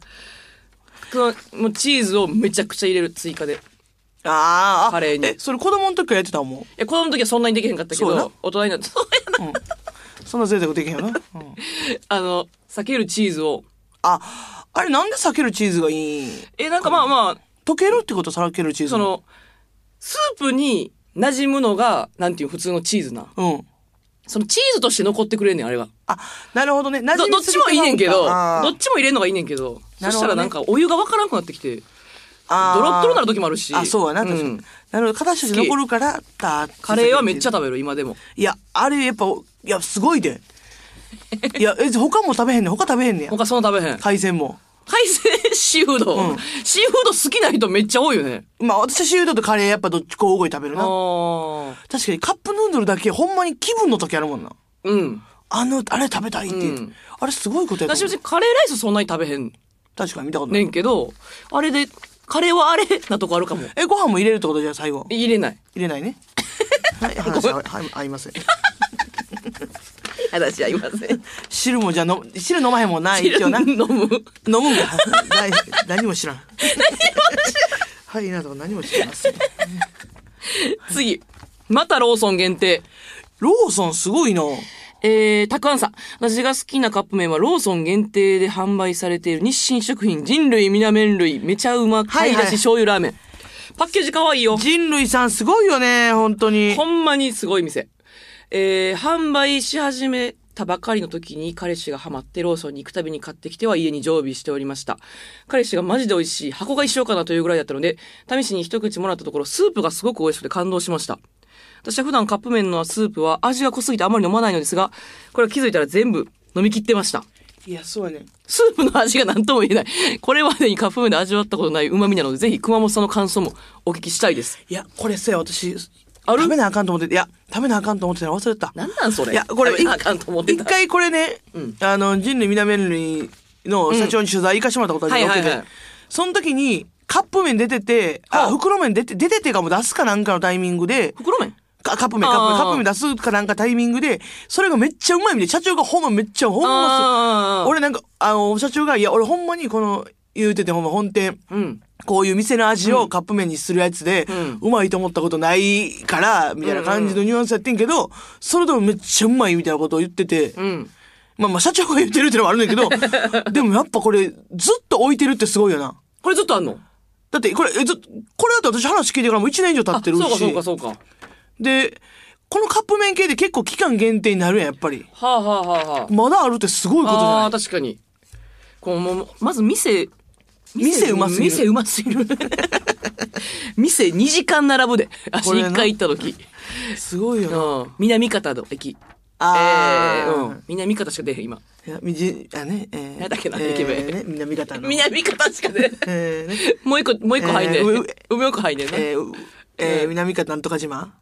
A: そのもうチーズをめちゃくちゃ入れる、追加で。
B: あーあ、
A: カレーに
B: え、それ子供の時からやって たもん。
A: え、子供の時はそんなにできへんかったけ
B: そうやな
A: ど、大人になって、そうやな
B: そんな贅沢できへんよな。うん
A: あの、避けるチーズを。
B: あ、あれなんで避けるチーズがいいん
A: え、なんかまあまあ、
B: 溶けるってこと避けるチーズ
A: そ。の、スープに馴染むのが、なんていう普通のチーズな。
B: うん。
A: そのチーズとして残ってくれんねん、あれは。
B: あ、なるほどね。馴
A: ど
B: 染
A: どっ
B: みす
A: ち
B: ぎて
A: もいいねんけど、
B: なか
A: どっちも入れんのがいいねんけど、
B: なるほどね
A: そしたらなんかお湯がわからなくなってきて、
B: あー
A: ドロッドロなる時もあるし。
B: あ、そうやな、確か
A: う
B: に
A: ん。
B: なるほど、形として残るから、た
A: カレーはめっちゃ
B: だ。
A: 食べる、今でも。
B: いや、あれやっぱ、いや、すごいで。いや、え、他も食べへんねん。他食べへんねや。
A: 他そんな食べへん。
B: 海鮮も。
A: 海鮮シーフード、
B: うん
A: シーフード好きな人めっちゃ多いよね。
B: まあ、私はシーフードとカレーやっぱどっち交互に食べる
A: あ
B: な。
A: あ。
B: 確かにカップヌードルだけほんまに気分の時あるもんな。
A: うん。
B: あの、あれ食べたいっていう。
A: うん
B: あれすごいことやと
A: 私
B: 思う
A: 別にカレーライスそんなに食べへん
B: 確かに見たことない。
A: ねんけど、あれで、カレーはあれなとこあるかも。
B: え、ご飯も入れるってことじゃあ最後。
A: 入れない。
B: 入れないね。 はい、話は、はい、合いません。
A: 私は言いません。
B: 汁もじゃあの、汁飲まへんもんな、一応な。飲
A: 飲む。
B: むんか。 ない何も知らん。はい、など何も知りません。
A: 次。またローソン限定。
B: ローソンすごいな。
A: えー、たくあんさん。私が好きなカップ麺はローソン限定で販売されている日清食品人類みな麺類めちゃうま買い出
B: はいはい
A: し醤油ラーメン。パッケージ可愛いよ。
B: 人類さんすごいよね、本当に。
A: ほんまにすごい店。えー、販売し始めたばかりの時に彼氏がハマってローソンに行くたびに買ってきては家に常備しておりました。彼氏がマジで美味しい、箱が一緒かなというぐらいだったので、試しに一口もらったところ、スープがすごく美味しくて感動しました。私は普段カップ麺のスープは味が濃すぎてあまり飲まないのですが、これは気づいたら全部飲み切ってました。
B: いや、そうやね。
A: スープの味が何とも言えない。これまでにカップ麺で味わったことない旨味なので、ぜひ熊本さんの感想もお聞きしたいです。
B: いや、これさ、私、
A: ある
B: 食べなあかんと思ってて、いや、食べなあかんと思ってたら忘れてた。
A: なんなんそれ
B: いや、これ、
A: 食べなあかんと思ってた
B: 一回これね、あの、人類南麺類の社長に取材行かしてもらったことあるん
A: はい
B: で
A: はい
B: ロ
A: は
B: ケ
A: い
B: で、その時に、カップ麺出てて、
A: はあ
B: あ、袋麺出て、出ててかもう出すかなんかのタイミングで、
A: 袋麺
B: かカップ麺、カップ
A: あー
B: 麺、カップ麺出すかなんかタイミングで、それがめっちゃうまいみたいな。社長がほんまめっちゃ、ほんます
A: あー
B: 俺なんか、あの、社長が、いや、俺ほんまにこの、言うててほんま本店、
A: うん。
B: こういう店の味をカップ麺にするやつで、
A: う
B: うまいと思ったことないから、みたいな感じのニュアンスやってんけど、それでもめっちゃうまいみたいなことを言ってて、
A: うん。
B: まあまあ社長が言ってるってのもあるんだけど、 でもやっぱこれずっと置いてるってすごいよな。
A: これずっとあんの
B: だってこれ、えずっとこれだって私話聞いてからもう1年以上経ってるし。
A: そうかそうかそうか。は
B: で、このカップ麺系で結構期間限定になるやん、やっぱり。
A: あ、はあはあは
B: まだあるってすごいこと
A: あ、あ
B: じゃ
A: あ、
B: ない
A: 確かに。こう、もう、まず店、
B: 店うますぎる
A: 店うますぎる。 店2時間並ぶで。私
B: これな
A: 1回行った時。
B: すごいよ
A: う
B: な。
A: ん。南方の駅。え
B: あ
A: ー、う
B: ー
A: ん。南方しか出へん、今。
B: いやみじあね、えー、
A: なんだっけな
B: えー
A: イケメン
B: ね、みんな味方の。
A: 南方しか出へん。
B: えーね、
A: もう一個、もう一個入んね
B: え
A: ん。
B: ー
A: う
B: う
A: めよく入んねんな。
B: えーうえー、南方なんとか 島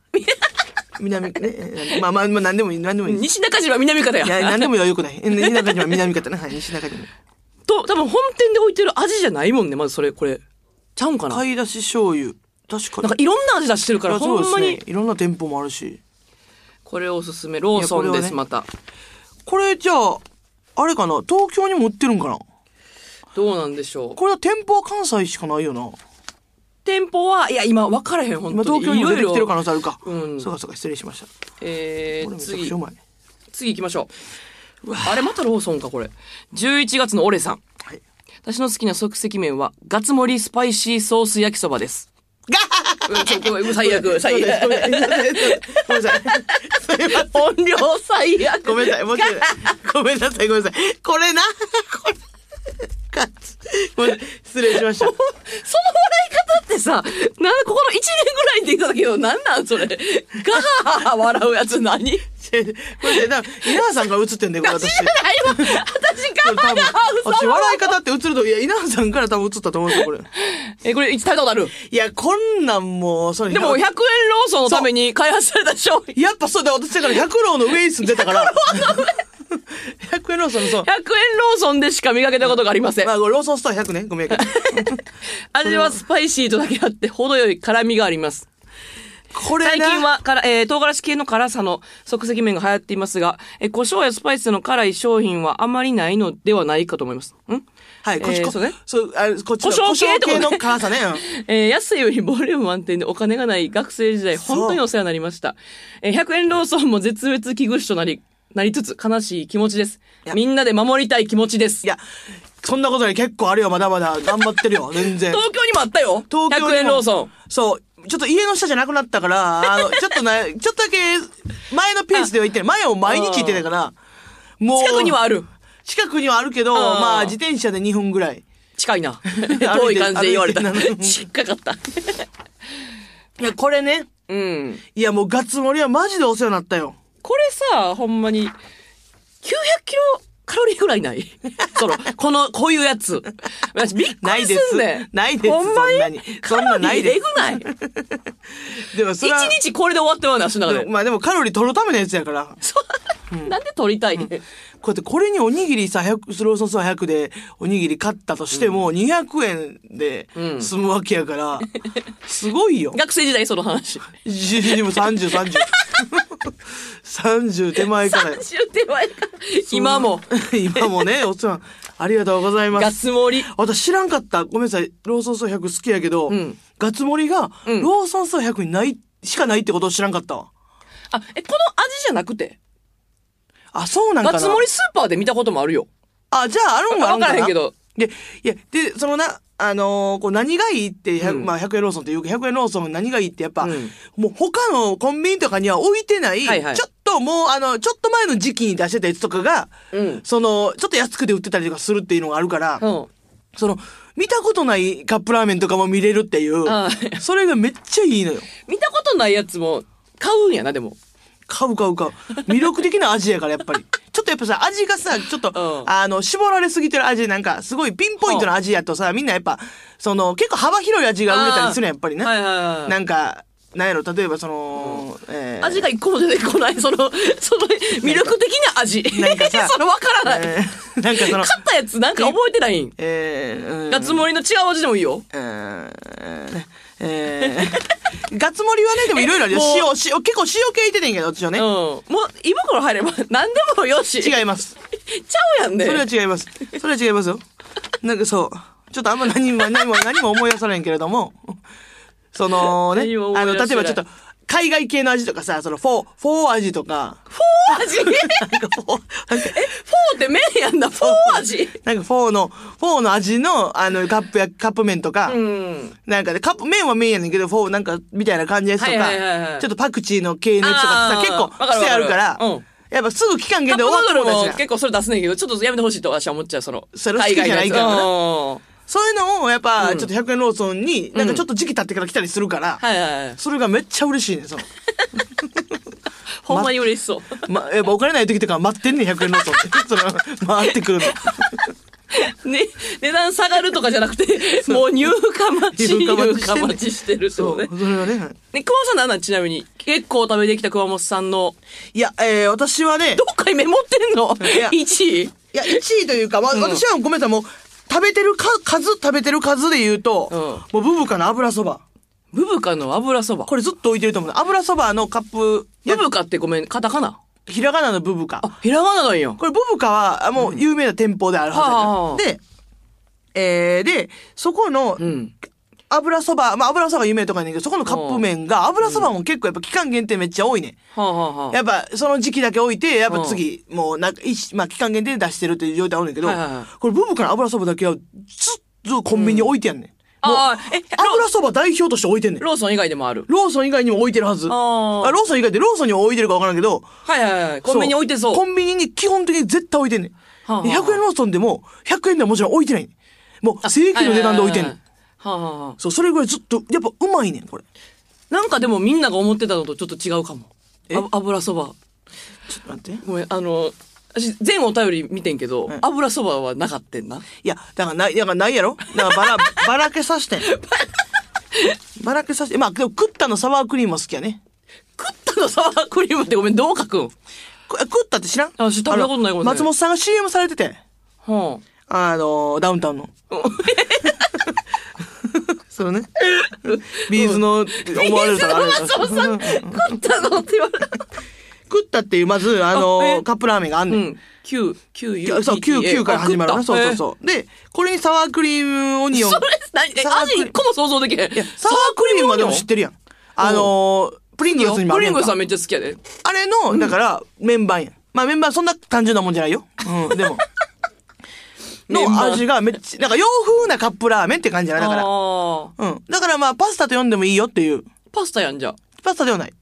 B: 南、ね、えーまあまあ、まあ、何でもいい、何でもいい。い
A: 西中島南方や。
B: や、何でもいいよ、よくない。え西中島、南方ね。はい、西中島。
A: と、多分本店で置いてる味じゃないもんね、まずそれ、これ。ちゃうんかな
B: 買い出し醤油。確かに。
A: なんかいろんな味出してるか
B: い
A: ら、
B: や
A: ほんま
B: そうです
A: に
B: ね。いろんな店舗もあるし。
A: これおすすめ。ローソン
B: いやこ
A: で
B: れは
A: す、
B: ね
A: また。
B: これ、じゃあ、あれかな東京にも売ってるんかな
A: どうなんでしょう。
B: これは店舗は関西しかないよな。
A: 店舗は、いや、今分からへん、本
B: 今
A: 当に。
B: 東京にも出てきてる可能性あるか。
A: うん
B: そうかそうか、失礼しました。
A: え
B: こ
A: ー、
B: れめちゃくち
A: 次
B: ゃう、まい。
A: 次行きましょう。あれ、またローソンか、これ。11月のオレさん。
B: はい。
A: 私の好きな即席麺は、ガツ盛りスパイシーソース焼きそば です。うんちょごめん最悪、最悪。
B: ごめんな さい。ごめんなさい。
A: 音量最悪。
B: ごめんなさい、申し訳ない。ごめんなさい、ごめんなさい。これな、これ。カッツごめんなさい失礼しました。
A: その笑い方ってさ、なんかここの1年ぐらいで言っただけど、なんなんそれ。ガハハハ笑うやつ何知
B: これで、な稲葉さんから映ってんだよ、これ私。
A: らないわ私
B: こ
A: ガ
B: れ
A: ハ
B: 多分
A: ハ
B: 私
A: 嘘
B: 笑い方って映ると、いや、稲葉さんから多分映ったと思うんですよ、これ。
A: え、これ、食べたことある
B: いや、こんなんもう、それ
A: でも、100円ローソンのために開発された商品。
B: やっぱそうだ、私だから百郎の上に住んでたから。百円ローソンのそう
A: 100。円ローソンでしか見かけたことがありません
B: ま。あ、ローソンストア100ね。ごめんやけど。
A: 味はスパイシーとだけあって、程よい辛みがあります。
B: これな
A: 最近はから、えー唐辛子系の辛さの即席麺が流行っていますが、えー胡椒やスパイスの辛い商品はあまりないのではないかと思います。ん
B: はい、こっち、
A: えー
B: こ
A: そうね
B: そう、あこっちの
A: 胡椒系とかね
B: 胡椒の辛さね。うん
A: えー安いよりボリューム満点でお金がない学生時代、
B: そう
A: 本当にお世話になりました。えー100円ローソンも絶滅危惧種となり、なりつつ悲しい気持ちです
B: い。や
A: みんなで守りたい気持ちです。
B: いや、そんなことない。結構あるよ、まだまだ。頑張って るよ、全然。
A: 東京にもあったよ
B: 東京にも
A: !100 円ローソン。
B: そう。ちょっと家の下じゃなくなったから、 あの、ちょっとな、ちょっとだけ、前のペースでは行ってる。前はもう毎日行ってたから、もう。
A: 近くにはある。
B: 近くにはあるけど、
A: あー
B: まあ、自転車で2分ぐらい。
A: 近 いな。
B: て
A: 遠い感じで言われた
B: 歩いて。な
A: 近か った。
B: いや、これね。
A: うん。
B: いや、もうガッツ盛りはマジでお世話になったよ。
A: これさ、ほんまに、900キロカロリーぐらいない その、この、こういうやつ。私、びっく
B: ない
A: り
B: です
A: すんねん。
B: ないです
A: ほんま
B: そんなに
A: に
B: そんなないです
A: カロリーえぐない。
B: でも、それは、
A: 一日これで終わってまうな、足の中
B: で
A: で
B: も。まあでもカロリー取るためのやつやから。
A: そうなんで取りたいねん、
B: こうやってこれにおにぎりさ、100スローソンスは100でおにぎり買ったとしても、200円で済むわけや から、すごいよ。
A: 学生時代その話。
B: 12も30、30。30手前からよ。
A: 30手前か。今も、
B: 今もね、お世話、ありがとうございま
A: ガ
B: す。
A: ス盛り。
B: 私知らんかった。ごめんなさい。ローソンソー100好きやけど、
A: ん
B: ガッツ盛りが、ローソンソー100にない、しかないってことを知らんかったわ。
A: あ、え、この味じゃなくて、
B: あ、そうなんかな
A: ガス盛りスーパーで見たこともあるよ。
B: あ、じゃあ、あるんはあるんか
A: わか
B: な
A: らへんけど。
B: で、いや、で、そのな、あのーこう何がいいって、100
A: うん
B: まあ100円ローソンっていうけど、100円ローソン何がいいってやっぱ、
A: うん
B: もう他のコンビニとかには置いてない、
A: はいはい
B: ちょっともうあの、ちょっと前の時期に出してたやつとかが、
A: うん
B: その、ちょっと安くで売ってたりとかするっていうのがあるから、
A: うん。
B: その、見たことないカップラーメンとかも見れるっていう
A: あ、
B: それがめっちゃいいのよ。
A: 見たことないやつも買うんやな、でも。
B: 買う買う買う。魅力的な味やから、やっ ぱり。ちょっとやっぱさ、味がさ、ちょっと、
A: うん
B: あの、絞られすぎてる味、なんか、すごいピンポイントの味やとさ、みんなやっぱ、その、結構幅広い味が売れたりするやん、やっぱりね。
A: はいはいはい
B: なんか、なんやろ、例えばその、えー
A: 味が一個も出てこない、その、その魅力的な味。
B: なんかさ
A: それわからない。
B: えーなんか その、
A: 買ったやつなんか覚えてないん。
B: えーうん
A: ガツ盛りの違う味でもいいよ。
B: うーんえーガツ盛りはね、でもいろいろあるよ。
A: え
B: 塩
A: も、
B: 塩、結構塩系いててんけど、私は
A: う
B: ね
A: ん。。もう、胃袋入れば何でもよし。
B: 違います。
A: ちゃうやんね。
B: それは違います。それは違いますよ。なんかそう。ちょっとあんま何も、何も、何も思い出さないけれども。そのね
A: 何も、思
B: あ
A: い出
B: の、
A: せない
B: 例えばちょっと、海外系の味とかさ、その、フォー、フォー味とか、
A: 味フォ
B: なんかフォー、なんか
A: ーって麺やんな、フォー味。
B: なんかフォーの、フォーの味の、あの、カップや、カップ麺とか、
A: うん。
B: なんかね、カップ、麺は麺やねんけど、フォーなんか、みたいな感じのやつとか、
A: はいはいはいはい
B: ちょっとパクチーの系のやつとかさ
A: あ、ー
B: 結構
A: わかるわかる
B: 癖あるから、
A: うん
B: やっぱすぐ期間
A: カッ
B: 限
A: プ
B: 定で
A: ヌ
B: 終わって
A: ー
B: も
A: ドルも
B: たちが
A: 結構それ出すねんけど、ちょっとやめてほしいと私は思っちゃう、その。
B: それ好きじゃないからな
A: 海外のやつ
B: そういうのを、やっぱ、
A: うん
B: ちょっと100円ローソンに、なんかちょっと時期経ってから来たりするから、
A: うんはいはいはい。
B: それがめっちゃ嬉しいね、そう。
A: ほんまに嬉しそう。
B: ま、やっぱお金ない時とか待ってんねん、100円ローソンって。その、回ってくるの。
A: ね、値段下がるとかじゃなくて、もう入荷待ち、
B: 入
A: 入
B: 荷待ちしてんね
A: 荷待ちしてるって
B: そ
A: こ
B: う、
A: とね
B: そ。れはね。
A: ね、熊本さんなんなんちなみに、結構食べてきた熊本さんの、
B: いや、えー、私はね
A: ど、っかにメモってんの
B: いや
A: ?1 位。
B: いや、1位というか、まあ私はごめんなさい、もう、食べてるか数、食べてる数で言うと、
A: うん
B: もうブブカの油そば。
A: ブブカの油そば。
B: これずっと置いてると思うね。油そばのカップ、いや
A: ブブカってごめん、カタカナ
B: ひらがなのブブカ。
A: あ、ひらがななんや。
B: これブブカは、あもう有名な店舗であるはずやね、で、えー、で、そこの、
A: うん。
B: 油そば、まあ油そばが有名とかやねんけど、そこのカップ麺が、油そばも結構やっぱ期間限定めっちゃ多いねん。
A: はあ、はあはあ、
B: やっぱその時期だけ置いて、やっぱ
A: うん
B: 次、もうなんか、一まあ期間限定で出してるという状態あるんだけど、
A: はいはいはい
B: これブブカの油そばだけはずっとコンビニに置いてやんねん。もう
A: ああ、え、ロ
B: 油そば代表として置いてんねん。
A: ローソン以外でもある。
B: ローソン以外にも置いてるはず。あ
A: あー
B: ローソン以外でローソンにも置いてるかわからんけど、
A: はいはいはい。コンビニに置いてそう。
B: コンビニに基本的に絶対置いてんねん。
A: あはあ
B: で100円ローソンでも、100円ではもちろん置いてないねん。もう正規の値段で置いてんねん。
A: はあはあはあ
B: そう、それぐらいずっと、やっぱうまいねん、これ。
A: なんかでもみんなが思ってたのとちょっと違うかも。
B: え
A: あ油そば。
B: ちょっと待って。
A: ごめん、あの、私、全お便り見てんけど、
B: ん
A: 油そばはなかったんな。
B: いや、だからない、だからないやろだからばら、 ばらけさしてん。ばらけさして、まあ、でも食ったのサワークリームは好きやね。
A: 食ったのサワークリームってごめん、どう書くんは
B: こ食ったって知らん
A: あ知った食べたことない
B: あ
A: ごめんなさ
B: の松
A: い
B: 本さんが CM されてて、
A: あ。
B: あの、ダウンタウ ンの。そのね。ビーズの思われるとかある
A: 水野松本さん、食ったのって言われた。
B: 食ったっていう、まず、あ
A: あ
B: の
A: え、
B: カップラーメンがあん
A: う
B: ねん。
A: ん。9、9、
B: きゅそう、9、9から始まるな。そうそう
A: う。
B: そう。で、これにサワークリームオニオン。
A: それ、何え
B: サワークリ
A: 味一個も想像できへん。
B: いや、サワークリームはでも知ってるやん。あのー、プリングルスにもあ
A: プ
B: る
A: リ
B: や
A: ン
B: ん
A: グ
B: か
A: さんめっちゃ好きやで。
B: あれの、だから、麺板やん。まあ、麺板そんな単純なもんじゃないよ。うん、 でも。
A: メン
B: の
A: バー
B: 味がめっちゃ、なんか洋風なカップラーメンって感じやな、だ
A: あ
B: か
A: ー
B: ら。うん。だからまあ、パスタと呼んでもいいよっていう。
A: パスタやんじゃ。
B: パスタではない。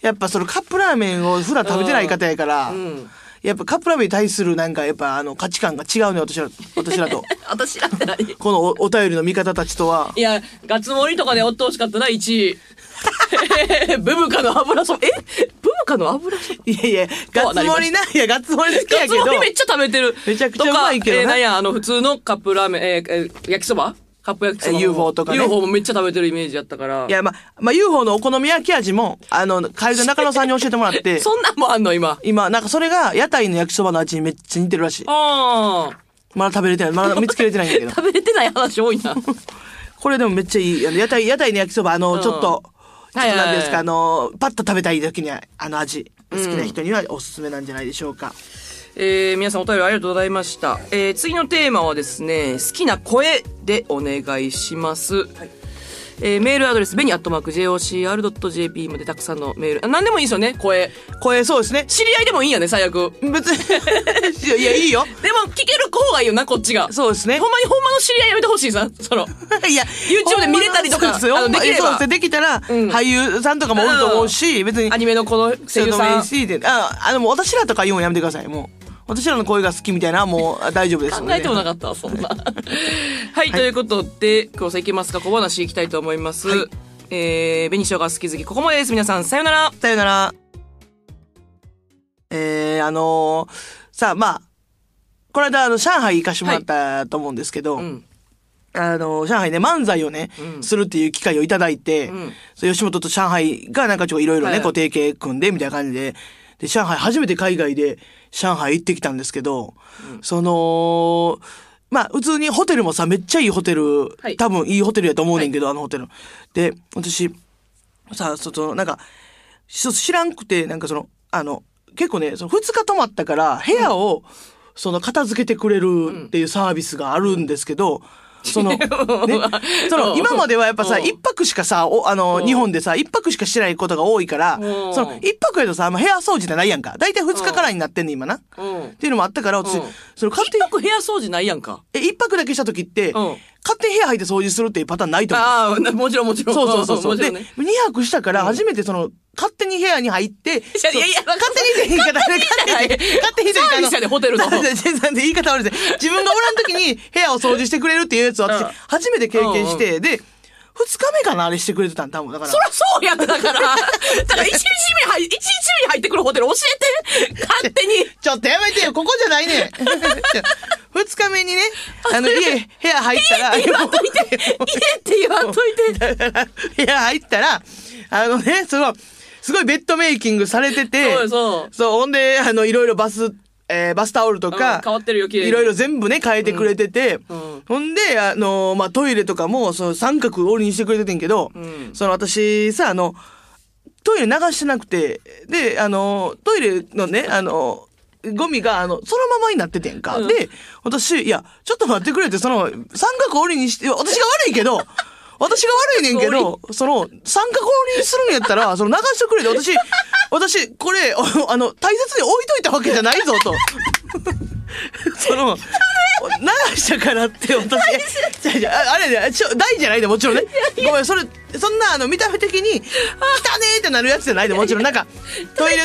B: やっぱそのカップラーメンを普段食べてない方やから、
A: うん。
B: やっぱカップラーメンに対するなんかやっぱあの価値観が違うね、私ら、 私らと。
A: 私だって何
B: このおお便りの味方たちとは。
A: いや、ガッツ盛りとかで追ってほしかったな、1位。 ブブカの油そば。えブブカの油そば
B: いやいや、ガッツ盛りな、いや、ガッツ盛り好き
A: ガ
B: や
A: ッ
B: け
A: ツ
B: ど。
A: 盛りめっちゃ食べてる。
B: めちゃくちゃうまいけどな
A: とかえーなんや、あの、普通のカップラーメン、えーえー焼きそばカップ焼きそばも。
B: え UFO とかね
A: UFO もめっちゃ食べてるイメージやったから。
B: いや、まあ、まあ、UFO のお好み焼き味も、あの、カエルの中野さんに教えてもらっ て、
A: そんなんもあんの、今。
B: 今、なんかそれが屋台の焼きそばの味にめっちゃ似てるらしい。
A: ああ。
B: まだ食べれてない。まだ見つけれてないんだけ ど。
A: 食べれてない話多いな。
B: これでもめっちゃいい。あの屋台、屋台の焼きそば、あの、
A: ん
B: ちょっと、ちょっ
A: はい
B: と
A: はいはい
B: 何ですか、あの、パッと食べたい時には、あの味。好きな人にはおすすめなんじゃないでしょうか。
A: えー皆さんお便りありがとうございました。えー次のテーマはですね、好きな声でお願いします。えーメールアドレス、ベニアットマーク JOCR.jp までたくさんのメール。あ何でもいいですよね、声。
B: 声、そ うですね。
A: 知り合いでもいいんやね、最悪。
B: 別に、いや、いやいいよ。
A: でも、聞ける方がいいよな、こっちが。
B: そうですね
A: ほ。んまに、ほんまの知り合いやめてほ しいさ、その。
B: いや、
A: YouTube で見れたりとか
B: そうですよ
A: あのできれば
B: そうですねできたら、
A: ん
B: 俳優さんとかもおると思うし、別に
A: ア、ニメのこの声
B: そ
A: 優
B: うでも
A: さ
B: い
A: ん
B: い。しであ、あの、もう私らとか言うのやめてください、もう。私らの声が好きみたいな、もうあ大丈夫です の
A: 考
B: で。
A: えてもなかったわ、そんな。はい、ということで、久保さんいけますか小話いきたいと思います。
B: はい
A: えー、紅生姜好き好き、ここまでです。皆さん、さよなら。
B: さよなら。えー、あのーさあ、まあ、この間、あの、上海行かしてもらったと思うんですけど、
A: うん。
B: あの、上海ね、漫才をね、
A: うん
B: するっていう機会をいただいて、
A: うん
B: そう吉本と上海がなんかちょっといろいろ
A: は
B: ね、
A: い
B: こう提携組んで、みたいな感じで、で、上海、初めて海外で上海行ってきたんですけど、その、まあ、普通にホテルもさ、めっちゃいいホテル、
A: はい
B: 多分いいホテルやと思うねんけど、あのホテル。で、私、さ、その、なんか、し知らんくて、なんかその、あの、結構ね、その2日泊まったから、部屋を、その、片付けてくれるっていうサービスがあるんですけど、その、 ね、その、今まではやっぱさ、
A: うん
B: 一泊しかさ、おあの、
A: うん
B: 日本でさ、一泊しかしてないことが多いから、
A: うん
B: その、一泊やとさ、あんま部屋掃除じゃないやんか。だいたい2日からになってんねん、今な。っ
A: うん。
B: ていうのもあったから、私
A: うん、
B: その、勝手に
A: 一、泊部屋掃除ないやんか。
B: え一泊だけした時って、
A: うん
B: 勝手に部屋入って掃除するっていうパターンないと思う。
A: ああ、なもちろんもちろん。
B: そうそうそうそう。
A: もち
B: で、
A: ろん
B: 2
A: ね。
B: 泊したから初めてその、勝手に部屋に入って、
A: やいやいや
B: そう勝手に言い方、勝手に、勝手に
A: サービスやでホテルの
B: そうそうそうそう言い方悪いです自分がおらん時に部屋を掃除してくれるっていうやつを私
A: うん、
B: 初めて経験して、で、二日目かなあれしてくれてたん、多分。だから
A: そ。らそうやんだから。だから一日目入、一日目に入ってくるホテル教えて。勝手に。
B: ちょっとやめてよ、ここじゃな いねん。二日目にね、あの、家、部屋入ったら、
A: 言わん といて。家って言わんとい て。
B: だから、部屋入ったら、あのね、その、すごいベッドメイキングされてて、
A: そうそう
B: ほんで、あの、いろいろバス、えーバスタオルと
A: う
B: か
A: ん、変わってるよ綺麗に
B: いろいろ全部ね、変えてくれてて、
A: うんうん
B: ほんで、あの、まあ、トイレとかも、その三角折りにしてくれててんけど、
A: ん
B: その私さ、あの、トイレ流してなくて、で、あの、トイレのね、あの、ゴミが、あの、そのままになっててんか。
A: うん
B: で、私、いや、ちょっと待ってくれって、その、三角折りにして、私が悪 いけど、私が悪いねんけど、その、三角折りにするんやったら、その流してくれて、私、私、これ、 おあの、大切に置いといたわけじゃないぞと。その、流したからって、私、じゃじゃああれね、ちょ、大じゃないで、もちろんね。ごめん、それ、そんな、あの、見た目的に、汚ねーってなるやつじゃないで、もちろん、なんか、トイレ、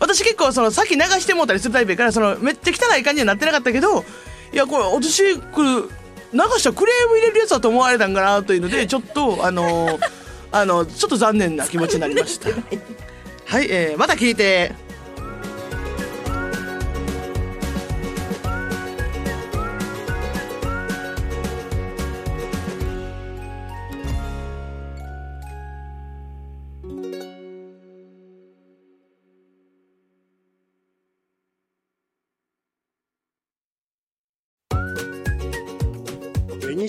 B: 私結構、その、先流してもうたりするタイプやから、その、めっちゃ汚い感じにはなってなかったけど、いや、これ、私、これ、流したらクレーム入れるやつだと思われたんかな、というので、ちょっと、あ の、あの、ちょっと残念な気持ちになりま した。はい、えー、また聞いて。
C: 紅